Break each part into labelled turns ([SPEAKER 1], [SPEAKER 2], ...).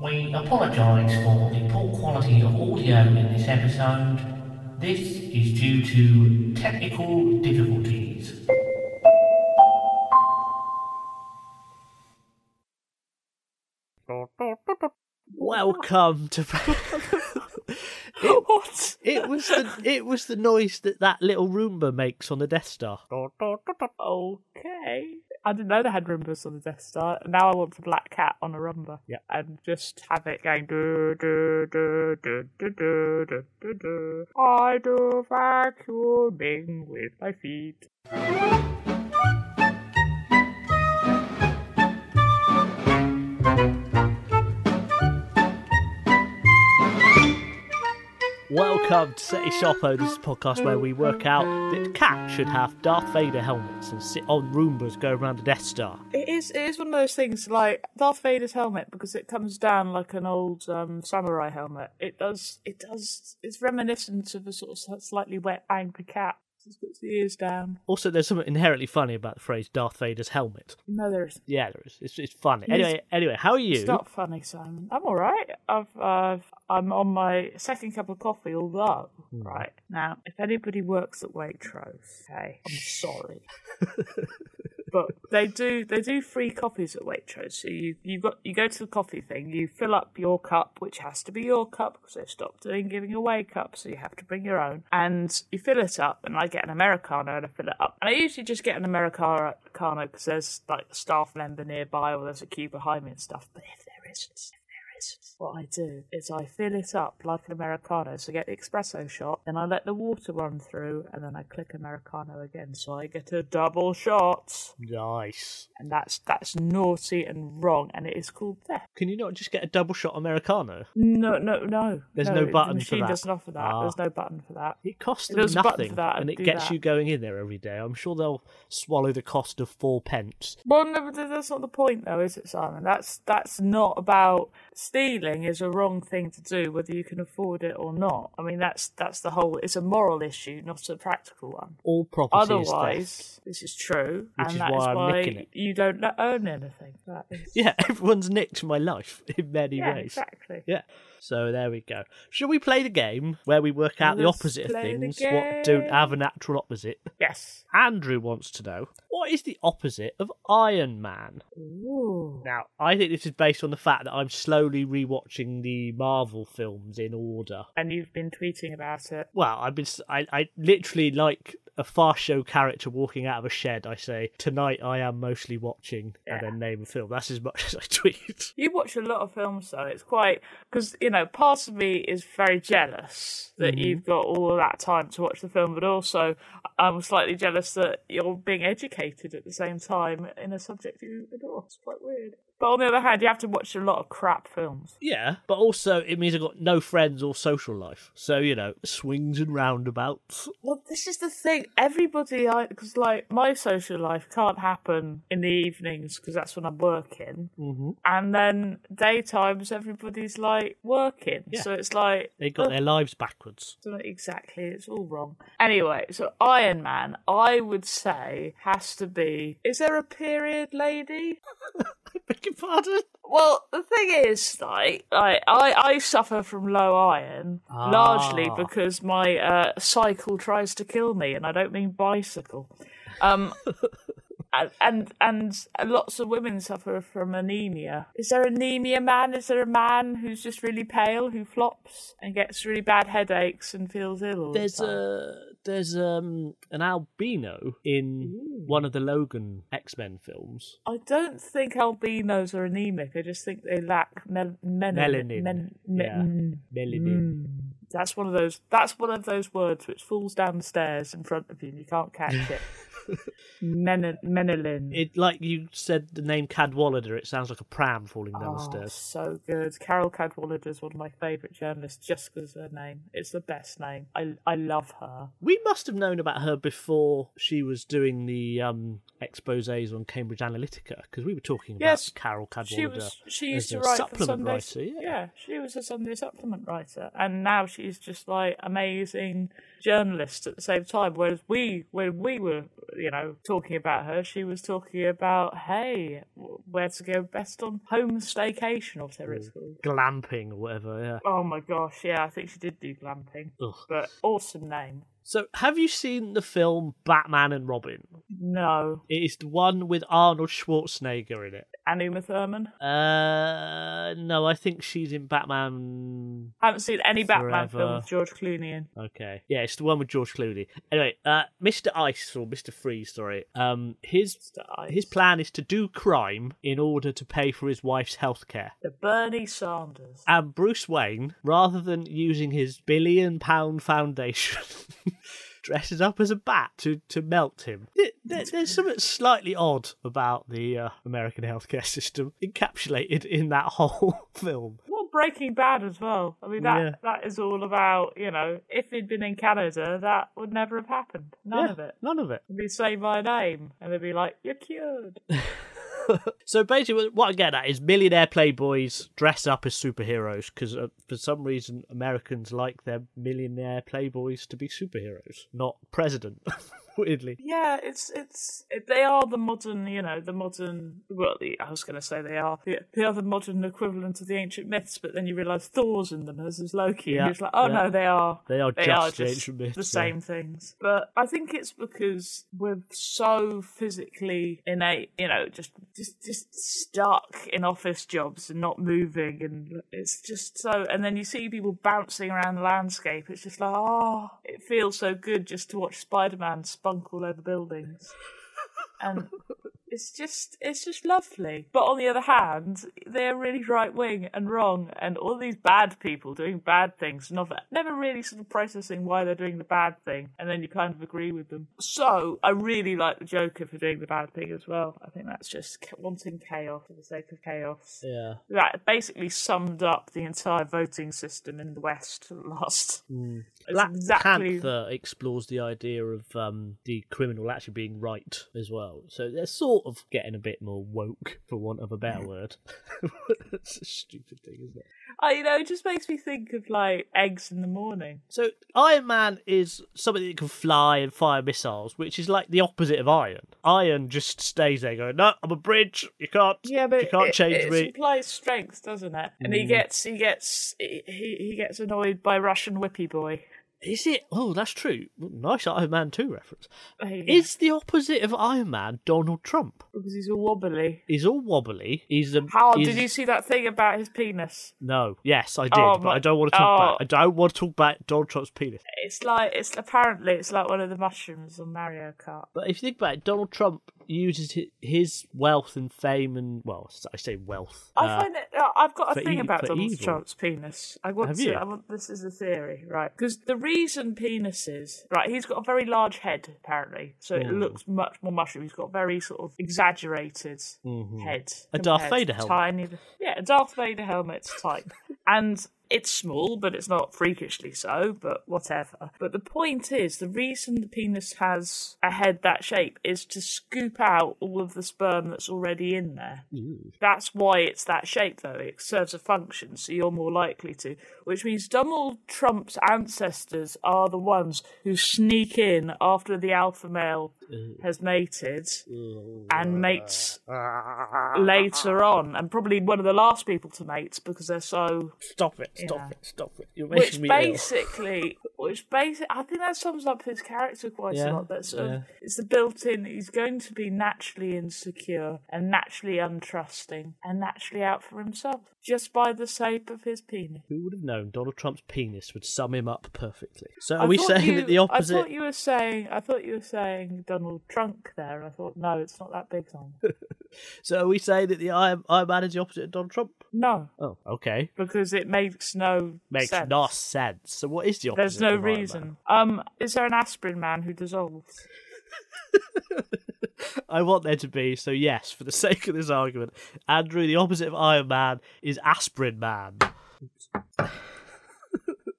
[SPEAKER 1] We apologise for the poor quality of audio in this episode. This is due to technical difficulties.
[SPEAKER 2] Welcome to. it,
[SPEAKER 3] What?
[SPEAKER 2] it was the it was the noise that that little Roomba makes on the Death Star.
[SPEAKER 3] Okay. I didn't know they had Roombas on the Death Star. Now I want the black cat on a Roomba.
[SPEAKER 2] Yeah.
[SPEAKER 3] And just have it going. Do, do, do, do, do, do, do, do, do. I do vacuuming with my feet.
[SPEAKER 2] Welcome to City Shoppo. This is a podcast where we work out that cats should have Darth Vader helmets and sit on Roombas going around the Death Star.
[SPEAKER 3] It is. It is one of those things like Darth Vader's helmet because it comes down like an old um, samurai helmet. It does. It does. It's reminiscent of a sort of slightly wet, angry cat. Just puts the ears down.
[SPEAKER 2] Also, there's something inherently funny about the phrase Darth Vader's helmet.
[SPEAKER 3] No, there isn't.
[SPEAKER 2] Yeah, there is. It's, it's funny.
[SPEAKER 3] Yes.
[SPEAKER 2] Anyway, anyway, how are you?
[SPEAKER 3] It's not funny, Simon. I'm all right. I've uh, I'm on my second cup of coffee, although right now, if anybody works at Waitrose, okay, I'm sorry, but they do they do free coffees at Waitrose. So you you got you go to the coffee thing, you fill up your cup, which has to be your cup because they've stopped doing giving away cups, so you have to bring your own, and you fill it up. And I get an americano and I fill it up, and I usually just get an americano because there's like a staff member nearby or there's a queue behind me and stuff. But if there isn't, is what I do is I fill it up like an Americano. So I get the espresso shot, then I let the water run through, and then I click Americano again. So I get a double shot.
[SPEAKER 2] Nice.
[SPEAKER 3] And that's that's naughty and wrong, and it is called theft.
[SPEAKER 2] Can you not just get a double shot Americano?
[SPEAKER 3] No, no, no.
[SPEAKER 2] There's no button for
[SPEAKER 3] The machine
[SPEAKER 2] that.
[SPEAKER 3] doesn't offer that.
[SPEAKER 2] Ah.
[SPEAKER 3] There's no button for that.
[SPEAKER 2] It costs
[SPEAKER 3] If
[SPEAKER 2] them
[SPEAKER 3] there was a button
[SPEAKER 2] nothing,
[SPEAKER 3] for that, I'd
[SPEAKER 2] and it
[SPEAKER 3] do
[SPEAKER 2] gets
[SPEAKER 3] that.
[SPEAKER 2] you going in there every day. I'm sure they'll swallow the cost of four pence.
[SPEAKER 3] Well, no, but that's not the point, though, is it, Simon? That's that's not about stealing. Is a wrong thing to do, whether you can afford it or not. I mean, that's that's the whole. It's a moral issue, not a practical one.
[SPEAKER 2] All property is theft.
[SPEAKER 3] Otherwise, this is true,
[SPEAKER 2] Which
[SPEAKER 3] and
[SPEAKER 2] is
[SPEAKER 3] that
[SPEAKER 2] why
[SPEAKER 3] is
[SPEAKER 2] I'm
[SPEAKER 3] why
[SPEAKER 2] nicking it.
[SPEAKER 3] you don't kn- own anything. That is,
[SPEAKER 2] Yeah, everyone's nicked my life in many
[SPEAKER 3] yeah,
[SPEAKER 2] ways.
[SPEAKER 3] exactly.
[SPEAKER 2] Yeah. So there we go. Shall we play the game where we work out the
[SPEAKER 3] Let's
[SPEAKER 2] opposite of
[SPEAKER 3] play the
[SPEAKER 2] things, what don't have a natural opposite?
[SPEAKER 3] Yes.
[SPEAKER 2] Andrew wants to know what is the opposite of Iron Man?
[SPEAKER 3] Ooh.
[SPEAKER 2] Now, I think this is based on the fact that I'm slowly rewatching the Marvel films in order.
[SPEAKER 3] And you've been tweeting about it.
[SPEAKER 2] Well, I've been, s- I, I literally like a far show character walking out of a shed. I say, Tonight I am mostly watching, and
[SPEAKER 3] Yeah.
[SPEAKER 2] then name a film. That's as much as I tweet.
[SPEAKER 3] You watch a lot of films, though. It's quite because you know part of me is very jealous that you've got all of that time to watch the film, but also I'm slightly jealous that you're being educated at the same time in a subject you adore. It's quite weird. But on the other hand, you have to watch a lot of crap films.
[SPEAKER 2] Yeah, but also it means I've got no friends or social life. So, you know, swings and roundabouts.
[SPEAKER 3] Well, this is the thing. Everybody, because like my social life can't happen in the evenings because that's when I'm working,
[SPEAKER 2] Mm-hmm.
[SPEAKER 3] and then daytimes everybody's like working,
[SPEAKER 2] Yeah.
[SPEAKER 3] so it's like
[SPEAKER 2] They got their lives backwards.
[SPEAKER 3] Don't know exactly, it's all wrong. Anyway, so Iron Man, I would say, has to be. Is there a period lady?
[SPEAKER 2] I beg your pardon?
[SPEAKER 3] Well, the thing is, like, I, I, I suffer from low iron largely
[SPEAKER 2] Ah.
[SPEAKER 3] because my uh, cycle tries to kill me, and I don't mean bicycle. Um, and, and and lots of women suffer from anemia. Is there anemia man? Is there a man who's just really pale who flops and gets really bad headaches and feels ill? all the
[SPEAKER 2] There's
[SPEAKER 3] time?
[SPEAKER 2] a there's um an albino in one of the Logan X Men films.
[SPEAKER 3] I don't think albinos are anemic. I just think they lack mel- menin-
[SPEAKER 2] Melanin.
[SPEAKER 3] men-
[SPEAKER 2] Yeah.
[SPEAKER 3] men- mm.
[SPEAKER 2] Melanin.
[SPEAKER 3] That's one of those. That's one of those words which falls down the stairs in front of you and you can't catch it. Men- menelin.
[SPEAKER 2] It like you said the name Cadwallader, it sounds like a pram falling down the
[SPEAKER 3] Oh,
[SPEAKER 2] stairs.
[SPEAKER 3] so good. Carol Cadwallader is one of my favourite journalists just because her name. It's the best name. I I love her.
[SPEAKER 2] We must have known about her before she was doing the um exposés on Cambridge Analytica because we were talking about
[SPEAKER 3] Yes,
[SPEAKER 2] Carol Cadwallader.
[SPEAKER 3] She was. She
[SPEAKER 2] uh, as
[SPEAKER 3] used to
[SPEAKER 2] a
[SPEAKER 3] write for
[SPEAKER 2] supplement
[SPEAKER 3] Sunday.
[SPEAKER 2] writer. Yeah.
[SPEAKER 3] she was a Sunday supplement writer, and now she's just like amazing journalist at the same time. Whereas we, when we were you know, talking about her, she was talking about, hey, w- where to go best on home staycation or whatever
[SPEAKER 2] Mm.
[SPEAKER 3] it's called.
[SPEAKER 2] glamping or whatever. Yeah.
[SPEAKER 3] Oh my gosh, yeah, I think she did do glamping.
[SPEAKER 2] Ugh.
[SPEAKER 3] But awesome name.
[SPEAKER 2] So, have you seen the film Batman and Robin?
[SPEAKER 3] No.
[SPEAKER 2] It is the one with Arnold Schwarzenegger in it.
[SPEAKER 3] And Uma Thurman?
[SPEAKER 2] Uh, no, I think she's in Batman.
[SPEAKER 3] I haven't seen any Batman
[SPEAKER 2] Forever.
[SPEAKER 3] film with George Clooney in.
[SPEAKER 2] Okay, yeah, it's the one with George Clooney. Anyway, uh, Mr. Ice or Mr. Freeze, sorry. Um, his his plan is to do crime in order to pay for his wife's healthcare.
[SPEAKER 3] The Bernie Sanders.
[SPEAKER 2] And Bruce Wayne, rather than using his billion pound foundation, dresses up as a bat to, to melt him. Th- th- There's something slightly odd about the uh, American healthcare system encapsulated in that whole film.
[SPEAKER 3] Well, Breaking Bad as well. I mean, that
[SPEAKER 2] Yeah.
[SPEAKER 3] that is all about you know, if he'd been in Canada, that would never have happened. None
[SPEAKER 2] Yeah,
[SPEAKER 3] of it.
[SPEAKER 2] None of it.
[SPEAKER 3] They'd say my name, and they'd be like, "You're cured."
[SPEAKER 2] So basically, what I get at is millionaire playboys dress up as superheroes because uh, for some reason Americans like their millionaire playboys to be superheroes, not president. Weirdly,
[SPEAKER 3] yeah, it's it's it, they are the modern, you know, the modern. Well, the, I was going to say they are the, they are the modern equivalent of the ancient myths, but then you realise Thor's in them as is Loki,
[SPEAKER 2] Yeah,
[SPEAKER 3] and it's like, oh
[SPEAKER 2] yeah.
[SPEAKER 3] no, they are
[SPEAKER 2] They are
[SPEAKER 3] they
[SPEAKER 2] just
[SPEAKER 3] are
[SPEAKER 2] the ancient myths,
[SPEAKER 3] the
[SPEAKER 2] yeah.
[SPEAKER 3] same things. But I think it's because we're so physically innate, you know, just just just stuck in office jobs and not moving, and it's just so. And then you see people bouncing around the landscape. It's just like, oh, it feels so good just to watch Spider-Man spunk all over buildings. And it's just it's just lovely. But on the other hand, they're really right wing and wrong, and all these bad people doing bad things, never never really sort of processing why they're doing the bad thing, and then you kind of agree with them. So I really like the Joker for doing the bad thing as well. I think that's just ca- wanting chaos for the sake of chaos.
[SPEAKER 2] yeah.
[SPEAKER 3] That basically summed up the entire voting system in the West for the last. It's
[SPEAKER 2] Hmm. Black
[SPEAKER 3] exactly
[SPEAKER 2] Panther explores the idea of um, the criminal actually being right as well. So they're sort of getting a bit more woke, for want of a better word. That's a stupid thing, isn't it?
[SPEAKER 3] I you know it just makes me think of like eggs in the morning.
[SPEAKER 2] So Iron Man is something that can fly and fire missiles, which is like the opposite of Iron. Iron just stays there going, no, I'm a bridge. You can't, you can't
[SPEAKER 3] it,
[SPEAKER 2] change Mm.
[SPEAKER 3] it
[SPEAKER 2] me.
[SPEAKER 3] implies strength, doesn't it? And he gets he gets he, he he gets annoyed by Russian whippy boy.
[SPEAKER 2] Is it? Oh, that's true. Nice Iron Man 2 reference.
[SPEAKER 3] Is
[SPEAKER 2] Is the opposite of Iron Man Donald Trump?
[SPEAKER 3] because he's all wobbly.
[SPEAKER 2] He's all wobbly. He's a.
[SPEAKER 3] How
[SPEAKER 2] he's-
[SPEAKER 3] did you see that thing about his penis?
[SPEAKER 2] No. Yes, I did,
[SPEAKER 3] Oh,
[SPEAKER 2] but
[SPEAKER 3] my-
[SPEAKER 2] I don't want to talk about.
[SPEAKER 3] oh.
[SPEAKER 2] I don't want to talk about Donald Trump's penis.
[SPEAKER 3] It's like it's apparently it's like one of the mushrooms on Mario Kart.
[SPEAKER 2] But if you think about it, Donald Trump uses hi- his wealth and fame and well, I say wealth. uh,
[SPEAKER 3] I find it. uh, I've got
[SPEAKER 2] for
[SPEAKER 3] a thing
[SPEAKER 2] e-
[SPEAKER 3] about
[SPEAKER 2] for
[SPEAKER 3] Donald
[SPEAKER 2] evil.
[SPEAKER 3] Trump's penis. I want
[SPEAKER 2] Have
[SPEAKER 3] to.
[SPEAKER 2] you?
[SPEAKER 3] I want, this is a theory, right? Because the reason penises, right? He's got a very large head, apparently, so
[SPEAKER 2] Mm.
[SPEAKER 3] it looks much more mushroom. He's got a very sort of exaggerated
[SPEAKER 2] Mm-hmm.
[SPEAKER 3] head.
[SPEAKER 2] A Darth
[SPEAKER 3] compared to
[SPEAKER 2] Vader helmet.
[SPEAKER 3] Tiny, yeah, a Darth Vader helmet type, and. It's small, but it's not freakishly so, but whatever. But the point is, the reason the penis has a head that shape is to scoop out all of the sperm that's already in there. That's why it's that shape, though. It serves a function, so you're more likely to. Which means Donald Trump's ancestors are the ones who sneak in after the alpha male has mated and mates later on, and probably one of the last people to mate because they're so.
[SPEAKER 2] Stop it! Stop
[SPEAKER 3] Yeah.
[SPEAKER 2] it! Stop it! You're
[SPEAKER 3] Which
[SPEAKER 2] making me ill.
[SPEAKER 3] basically, which basic, I think that sums up his character quite
[SPEAKER 2] Yeah,
[SPEAKER 3] a lot. That's sort
[SPEAKER 2] yeah.
[SPEAKER 3] of, it's the built-in. He's going to be naturally insecure and naturally untrusting and naturally out for himself just by the shape of his penis.
[SPEAKER 2] Who would have known Donald Trump's penis would sum him up perfectly? So
[SPEAKER 3] I
[SPEAKER 2] are we
[SPEAKER 3] thought
[SPEAKER 2] saying
[SPEAKER 3] you-
[SPEAKER 2] that the
[SPEAKER 3] I
[SPEAKER 2] opposite?
[SPEAKER 3] thought you were saying. I thought you were saying Donald Trump there. I thought no, it's not that big song.
[SPEAKER 2] So are we saying that the Iron, Iron Man is the opposite of Donald Trump?
[SPEAKER 3] no,
[SPEAKER 2] Oh, okay.
[SPEAKER 3] because it makes no
[SPEAKER 2] Makes
[SPEAKER 3] sense.
[SPEAKER 2] no sense. So what is the opposite?
[SPEAKER 3] There's no
[SPEAKER 2] of Iron Man?
[SPEAKER 3] reason. Um, is there an aspirin man who dissolves?
[SPEAKER 2] I want there to be. So yes, for the sake of this argument, Andrew, the opposite of Iron Man is Aspirin Man.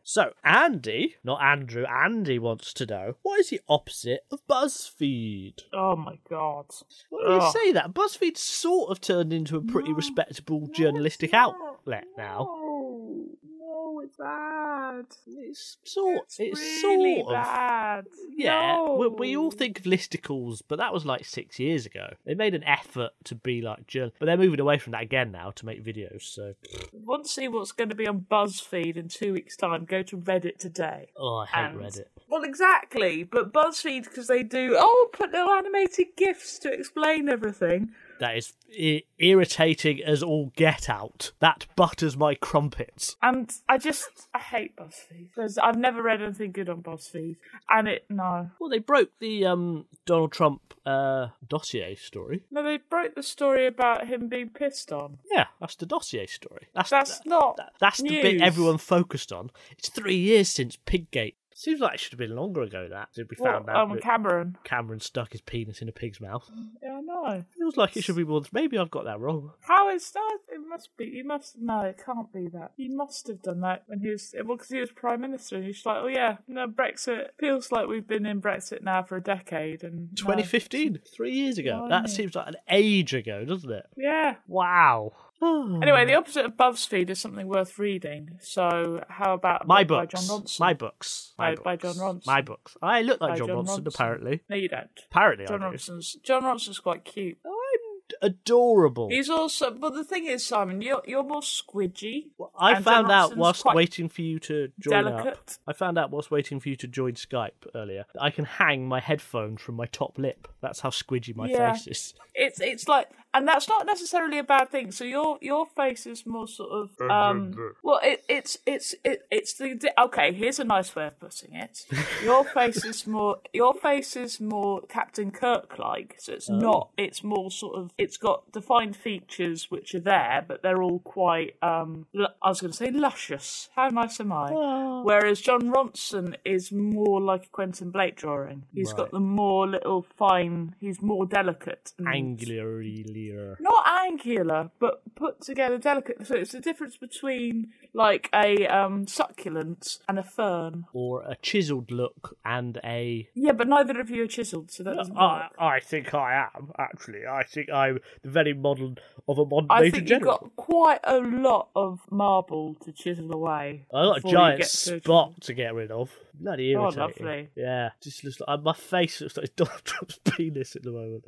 [SPEAKER 2] so Andy, not Andrew, Andy wants to know what is the opposite of BuzzFeed.
[SPEAKER 3] Oh my god.
[SPEAKER 2] Well, you
[SPEAKER 3] Ugh.
[SPEAKER 2] say that BuzzFeed sort of turned into a pretty respectable journalistic outlet now.
[SPEAKER 3] No, no, it's bad.
[SPEAKER 2] It's sort. It's,
[SPEAKER 3] really
[SPEAKER 2] sort of.
[SPEAKER 3] bad.
[SPEAKER 2] Yeah, we,
[SPEAKER 3] no.
[SPEAKER 2] we all think of listicles, but that was like six years ago. They made an effort to be like journal, but they're moving away from that again now to make videos. So,
[SPEAKER 3] Want to see what's going to be on BuzzFeed in two weeks' time? Go to Reddit today.
[SPEAKER 2] oh, I hate
[SPEAKER 3] And-
[SPEAKER 2] Reddit.
[SPEAKER 3] Well, exactly. But BuzzFeed, because they do, oh, put little animated GIFs to explain everything.
[SPEAKER 2] That is I- irritating as all get out. That butters my crumpets.
[SPEAKER 3] And I just, I hate BuzzFeed. There's, I've never read anything good on BuzzFeed. And it, no.
[SPEAKER 2] Well, they broke the um, Donald Trump uh, dossier story.
[SPEAKER 3] No, they broke the story about him being pissed on.
[SPEAKER 2] Yeah, that's the dossier story. That's
[SPEAKER 3] That's not.
[SPEAKER 2] that- that's the bit
[SPEAKER 3] news.
[SPEAKER 2] everyone focused on. It's three years since Piggate. Seems like it should have been longer ago. That did we
[SPEAKER 3] What,
[SPEAKER 2] found out
[SPEAKER 3] um,
[SPEAKER 2] that
[SPEAKER 3] Cameron.
[SPEAKER 2] Cameron stuck his penis in a pig's mouth.
[SPEAKER 3] Yeah, I know.
[SPEAKER 2] Feels like it should be more. Maybe I've got that wrong.
[SPEAKER 3] How is that? It must be. You must. No, it can't be that. He must have done that when he was. Well, because he was prime minister, and he's like, oh yeah, no Brexit. Feels like we've been in Brexit now for a decade, and no.
[SPEAKER 2] 2015, three years ago. That seems like an age ago, doesn't it?
[SPEAKER 3] Yeah.
[SPEAKER 2] Wow. Hmm.
[SPEAKER 3] Anyway, the opposite of BuzzFeed is something worth reading. So, how about
[SPEAKER 2] My
[SPEAKER 3] a book
[SPEAKER 2] books.
[SPEAKER 3] By John Ronson.
[SPEAKER 2] My books. My
[SPEAKER 3] By-
[SPEAKER 2] books.
[SPEAKER 3] by John Ronson.
[SPEAKER 2] My books. I look like
[SPEAKER 3] By
[SPEAKER 2] John,
[SPEAKER 3] John
[SPEAKER 2] Ronson,
[SPEAKER 3] Ronson.
[SPEAKER 2] apparently.
[SPEAKER 3] No, you don't.
[SPEAKER 2] Apparently,
[SPEAKER 3] John
[SPEAKER 2] I do.
[SPEAKER 3] Ronson's John Ronson's quite cute.
[SPEAKER 2] I'm adorable.
[SPEAKER 3] He's also, but the thing is, Simon, you're you're more squidgy.
[SPEAKER 2] I
[SPEAKER 3] and
[SPEAKER 2] found
[SPEAKER 3] John
[SPEAKER 2] out
[SPEAKER 3] Ronson's
[SPEAKER 2] whilst
[SPEAKER 3] quite-
[SPEAKER 2] waiting for you to join up.
[SPEAKER 3] delicate.
[SPEAKER 2] I found out whilst waiting for you to join Skype earlier that I can hang my headphones from my top lip. That's how squidgy my
[SPEAKER 3] Yeah.
[SPEAKER 2] face is.
[SPEAKER 3] It's it's like, and that's not necessarily a bad thing. So your your face is more sort of um. Well, it, it's it's it, it's the di- okay. Here's a nice way of putting it. Your face is more your face is more Captain Kirk like. So it's not. It's more sort of. It's got defined features which are there, but they're all quite. um l- I was going to say luscious. How nice am I? Whereas John Ronson is more like a Quentin Blake drawing. He's
[SPEAKER 2] Right.
[SPEAKER 3] got the more little fine. He's more delicate. and-
[SPEAKER 2] Angular.
[SPEAKER 3] Mm. not angular, but put together delicate. So it's the difference between like a um, succulent and a fern.
[SPEAKER 2] Or a chiseled look and a
[SPEAKER 3] Yeah, but neither of you are chiselled, so that doesn't
[SPEAKER 2] I,
[SPEAKER 3] work.
[SPEAKER 2] I think I am actually. I think I'm the very model of a modern
[SPEAKER 3] I
[SPEAKER 2] major
[SPEAKER 3] think you've
[SPEAKER 2] general.
[SPEAKER 3] got quite a lot of marble to chisel away.
[SPEAKER 2] I got a
[SPEAKER 3] before you
[SPEAKER 2] giant
[SPEAKER 3] get to-
[SPEAKER 2] spot to get rid of. Bloody
[SPEAKER 3] Oh,
[SPEAKER 2] irritating.
[SPEAKER 3] lovely.
[SPEAKER 2] Yeah, just looks like uh, my face looks like Donald Trump's penis at the moment.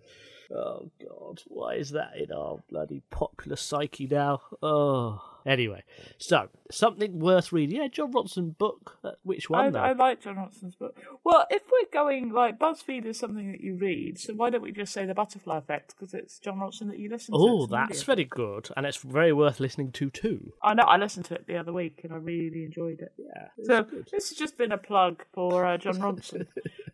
[SPEAKER 2] Oh God, why is that in our bloody popular psyche now? Oh, anyway, so something worth reading. Yeah, John Ronson book. Uh, which
[SPEAKER 3] I,
[SPEAKER 2] one though?
[SPEAKER 3] I like John Ronson's book. Well, if we're going like BuzzFeed is something that you read, so why don't we just say the Butterfly Effect because it's John Ronson that you listen to.
[SPEAKER 2] Oh,
[SPEAKER 3] It's an
[SPEAKER 2] that's
[SPEAKER 3] audio.
[SPEAKER 2] very good, and it's very worth listening to too.
[SPEAKER 3] I know. I listened to it the other week and I really enjoyed it.
[SPEAKER 2] Yeah,
[SPEAKER 3] So this has just been a plug for uh, John Ronson,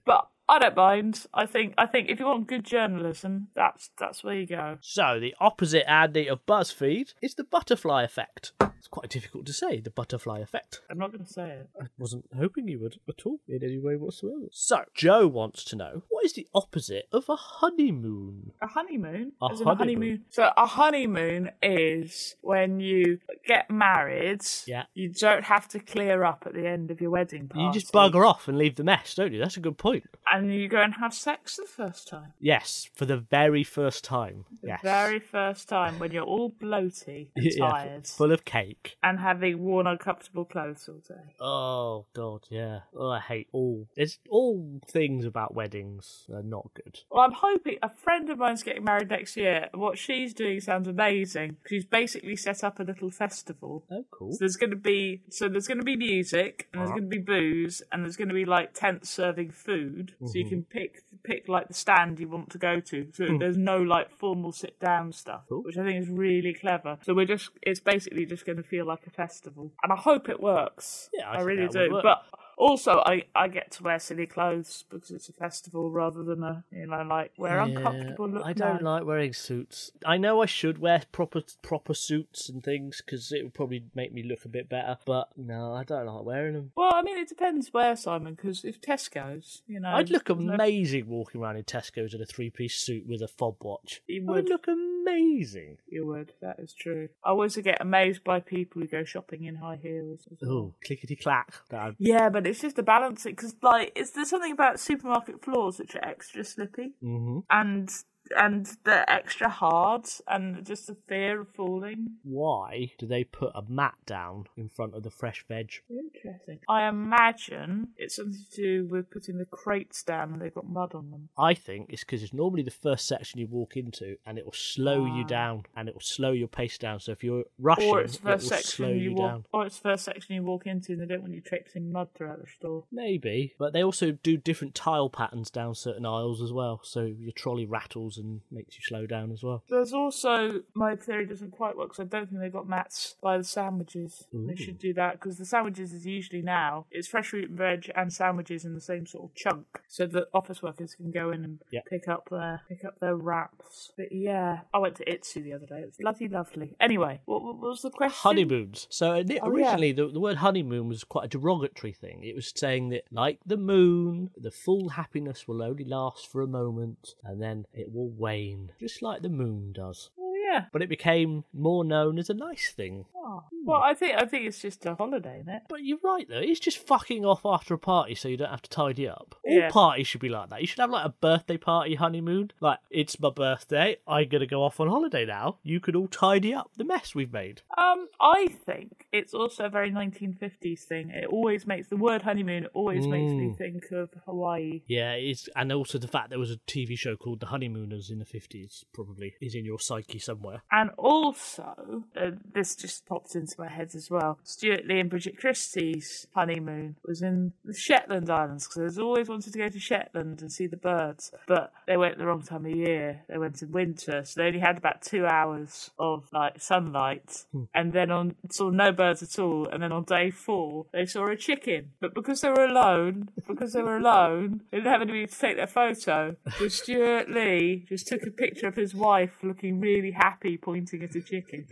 [SPEAKER 3] but I don't mind. I think I think if you want good journalism, that's that's where you go.
[SPEAKER 2] So the opposite Andy of BuzzFeed is the butterfly effect. It's quite difficult to say the butterfly effect.
[SPEAKER 3] I'm not going to say it.
[SPEAKER 2] I wasn't hoping you would at all in any way whatsoever. So Joe wants to know what is the opposite of a honeymoon?
[SPEAKER 3] A honeymoon.
[SPEAKER 2] A
[SPEAKER 3] as in a
[SPEAKER 2] honeymoon.
[SPEAKER 3] honeymoon. So a honeymoon is when you get married.
[SPEAKER 2] Yeah.
[SPEAKER 3] You don't have to clear up at the end of your wedding party.
[SPEAKER 2] You just bugger off and leave the mess, don't you? That's a good point.
[SPEAKER 3] and you go and have sex the first time,
[SPEAKER 2] Yes, for the very first time. Yes.
[SPEAKER 3] very first time when you're all bloaty and
[SPEAKER 2] Yeah,
[SPEAKER 3] tired
[SPEAKER 2] full of cake.
[SPEAKER 3] and having worn uncomfortable clothes all day.
[SPEAKER 2] Oh god, yeah. Oh, I hate all. It's all things about weddings are not good.
[SPEAKER 3] Well, I'm hoping a friend of mine's getting married next year. and What she's doing sounds amazing. She's basically set up a little festival.
[SPEAKER 2] Oh, cool.
[SPEAKER 3] So there's going to be so there's going to be music and there's
[SPEAKER 2] Uh-huh.
[SPEAKER 3] going to be booze and there's going to be like tents serving food. So
[SPEAKER 2] Mm-hmm.
[SPEAKER 3] you can pick pick like the stand you want to go to. So
[SPEAKER 2] Hmm.
[SPEAKER 3] there's no like formal sit down stuff, which I think is really clever. So we're just it's basically just going to feel like a festival, and I hope it works.
[SPEAKER 2] Yeah, I
[SPEAKER 3] I,
[SPEAKER 2] think
[SPEAKER 3] really
[SPEAKER 2] that would
[SPEAKER 3] do.
[SPEAKER 2] work.
[SPEAKER 3] But also, I, I get to wear silly clothes because it's a festival rather than a you know like wear
[SPEAKER 2] Yeah,
[SPEAKER 3] uncomfortable look.
[SPEAKER 2] I don't
[SPEAKER 3] now.
[SPEAKER 2] like wearing suits. I know I should wear proper proper suits and things because it would probably make me look a bit better. But no, I don't like wearing them.
[SPEAKER 3] Well, I mean, it depends where, Simon. Because if Tesco's, you know,
[SPEAKER 2] I'd look
[SPEAKER 3] there's no-
[SPEAKER 2] amazing walking around in Tesco's in a three piece suit with a fob watch.
[SPEAKER 3] You
[SPEAKER 2] I would
[SPEAKER 3] would.
[SPEAKER 2] look amazing.
[SPEAKER 3] You would. That is true. I always get amazed by people who go shopping in high heels. as well.
[SPEAKER 2] Oh, clickety clack. No,
[SPEAKER 3] Yeah, but it's just a balancing because, like, is there something about supermarket floors which are extra slippy? Mm-hmm. And and they're extra hard and just the fear of falling.
[SPEAKER 2] Why do they put a mat down in front of the fresh veg?
[SPEAKER 3] Interesting. I imagine it's something to do with putting the crates down and they've got mud on them.
[SPEAKER 2] I think it's because it's normally the first section you walk into, and it will slow you down, and it will slow your pace down. So if you're rushing,
[SPEAKER 3] Ah. Or it's
[SPEAKER 2] it
[SPEAKER 3] the
[SPEAKER 2] will
[SPEAKER 3] first
[SPEAKER 2] slow
[SPEAKER 3] section you,
[SPEAKER 2] you
[SPEAKER 3] walk
[SPEAKER 2] down.
[SPEAKER 3] or it's the first section you walk into and they don't want you traipsing mud throughout the store.
[SPEAKER 2] Maybe, but they also do different tile patterns down certain aisles as well. So your trolley rattles and makes you slow down as well.
[SPEAKER 3] There's also my theory doesn't quite work because I don't think they got mats by the sandwiches. They should do that because the sandwiches is usually now it's fresh fruit and veg and sandwiches in the same sort of chunk, so that office workers can go in and
[SPEAKER 2] Yeah.
[SPEAKER 3] pick up their pick up their wraps. But yeah, I went to Itsu the other day. It was bloody lovely. Anyway, what, what was the question?
[SPEAKER 2] Honeymoons. So it-
[SPEAKER 3] Oh, yeah.
[SPEAKER 2] originally, the, the word honeymoon was quite a derogatory thing. It was saying that, like the moon, the full happiness will only last for a moment and then it will wane, just like the moon does.
[SPEAKER 3] Oh yeah.
[SPEAKER 2] But it became more known as a nice thing.
[SPEAKER 3] Oh. Well, I think I think it's just a holiday, isn't it?
[SPEAKER 2] But you're right though. It's just fucking off after a party, so you don't have to tidy up. All
[SPEAKER 3] Yeah.
[SPEAKER 2] parties should be like that. You should have like a birthday party honeymoon. Like it's my birthday. I'm gonna go off on holiday now. You could all tidy up the mess we've made.
[SPEAKER 3] Um, I think it's also a very 1950s thing. It always makes the word honeymoon always makes me think of Hawaii.
[SPEAKER 2] Yeah, it's and also the fact there was a TV show called The Honeymooners in the fifties probably is in your psyche somewhere.
[SPEAKER 3] And also, uh, this just popped into my head as well. Stuart Lee and Bridget Christie's honeymoon was in the Shetland Islands because I always wanted to go to Shetland and see the birds, but they went the wrong time of year. They went in winter, so they only had about two hours of like sunlight,
[SPEAKER 2] Hmm.
[SPEAKER 3] and then on saw no birds at all. And then on day four, they saw a chicken, but because they were alone, because they were alone, they didn't have anybody to take their photo. So Stuart Lee just took a picture of his wife looking really happy, pointing at a chicken.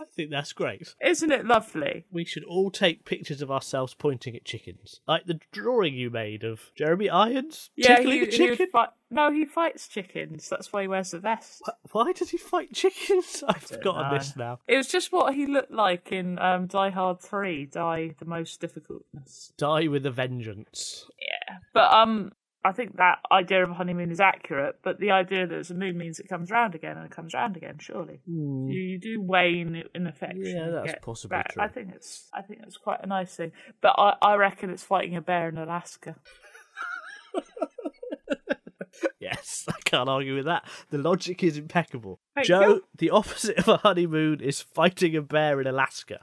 [SPEAKER 2] I think that's great.
[SPEAKER 3] Isn't it lovely?
[SPEAKER 2] We should all take pictures of ourselves pointing at chickens, like the drawing you made of Jeremy Irons tickling a
[SPEAKER 3] he- he would
[SPEAKER 2] chicken.
[SPEAKER 3] fight- no, he fights chickens. That's why he wears the vest.
[SPEAKER 2] Why does he fight chickens? I've forgotten
[SPEAKER 3] know.
[SPEAKER 2] this now.
[SPEAKER 3] It was just what he looked like in um, Die Hard Three. Die the most difficultness.
[SPEAKER 2] Die with a vengeance.
[SPEAKER 3] But um, I think that idea of a honeymoon is accurate. But the idea that it's a moon means it comes round again and it comes round again. Surely you, you do wane in affection.
[SPEAKER 2] Hmm. Yeah,
[SPEAKER 3] and
[SPEAKER 2] that's
[SPEAKER 3] get
[SPEAKER 2] possibly
[SPEAKER 3] back.
[SPEAKER 2] true.
[SPEAKER 3] I think it's I think it's quite a nice thing. But I, I reckon it's fighting a bear in Alaska.
[SPEAKER 2] Yes, I can't argue with that. The logic is impeccable.
[SPEAKER 3] Thank
[SPEAKER 2] Joe,
[SPEAKER 3] you.
[SPEAKER 2] the opposite of a honeymoon is fighting a bear in Alaska.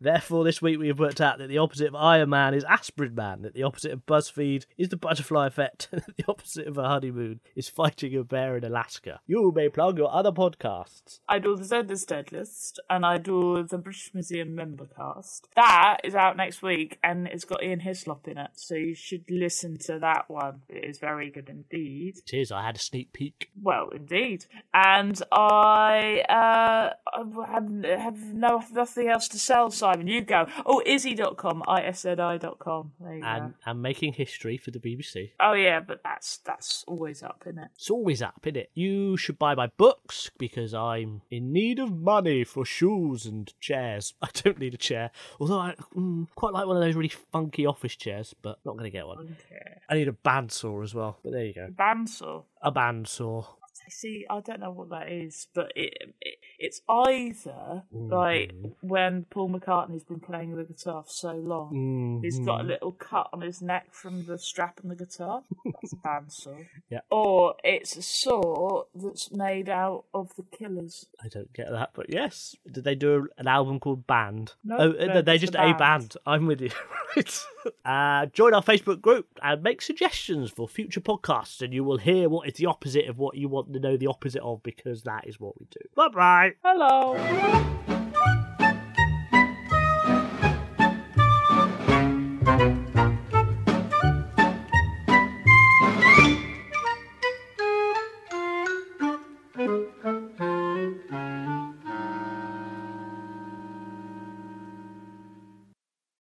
[SPEAKER 2] Therefore, this week we have worked out that the opposite of Iron Man is Aspirin Man, that the opposite of BuzzFeed is the butterfly effect, and that the opposite of a honeymoon is fighting a bear in Alaska. You may plug your other podcasts.
[SPEAKER 3] I do the Zelda's Dead List and I do the British Museum member cast. That is out next week and it's got Ian Hislop in it, so you should listen to that one. It is very good indeed.
[SPEAKER 2] Cheers, I had a sneak peek.
[SPEAKER 3] Well, indeed. And I uh, I have, have no, nothing else to sell, Simon. You go. Oh, Izzy.com, I-S-N-I.com. There you
[SPEAKER 2] And
[SPEAKER 3] go.
[SPEAKER 2] and making history for the BBC.
[SPEAKER 3] Oh, yeah, but that's that's always up, isn't it?
[SPEAKER 2] It's always up, isn't it? You should buy my books because I'm in need of money for shoes and chairs. I don't need a chair, although I mm, quite like one of those really funky office chairs, but not going to get one.
[SPEAKER 3] Okay.
[SPEAKER 2] I need a bandsaw as well, but there you go.
[SPEAKER 3] Bandsaw.
[SPEAKER 2] A bandsaw.
[SPEAKER 3] See, I don't know what that is, but it, it it's either like when Paul McCartney's been playing the guitar for so long,
[SPEAKER 2] Mm.
[SPEAKER 3] he's got a little cut on his neck from the strap on the guitar. That's a bandsaw.
[SPEAKER 2] Yeah.
[SPEAKER 3] Or it's a saw that's made out of the Killers.
[SPEAKER 2] I don't get that, but yes. Did they do an album called Band?
[SPEAKER 3] No,
[SPEAKER 2] oh,
[SPEAKER 3] no,
[SPEAKER 2] they- they
[SPEAKER 3] it's a
[SPEAKER 2] just a
[SPEAKER 3] band.
[SPEAKER 2] band. I'm with you. right. Uh, join our Facebook group and make suggestions for future podcasts, and you will hear what is the opposite of what you want to know the opposite of because that is what we do. Bye bye.
[SPEAKER 3] Hello.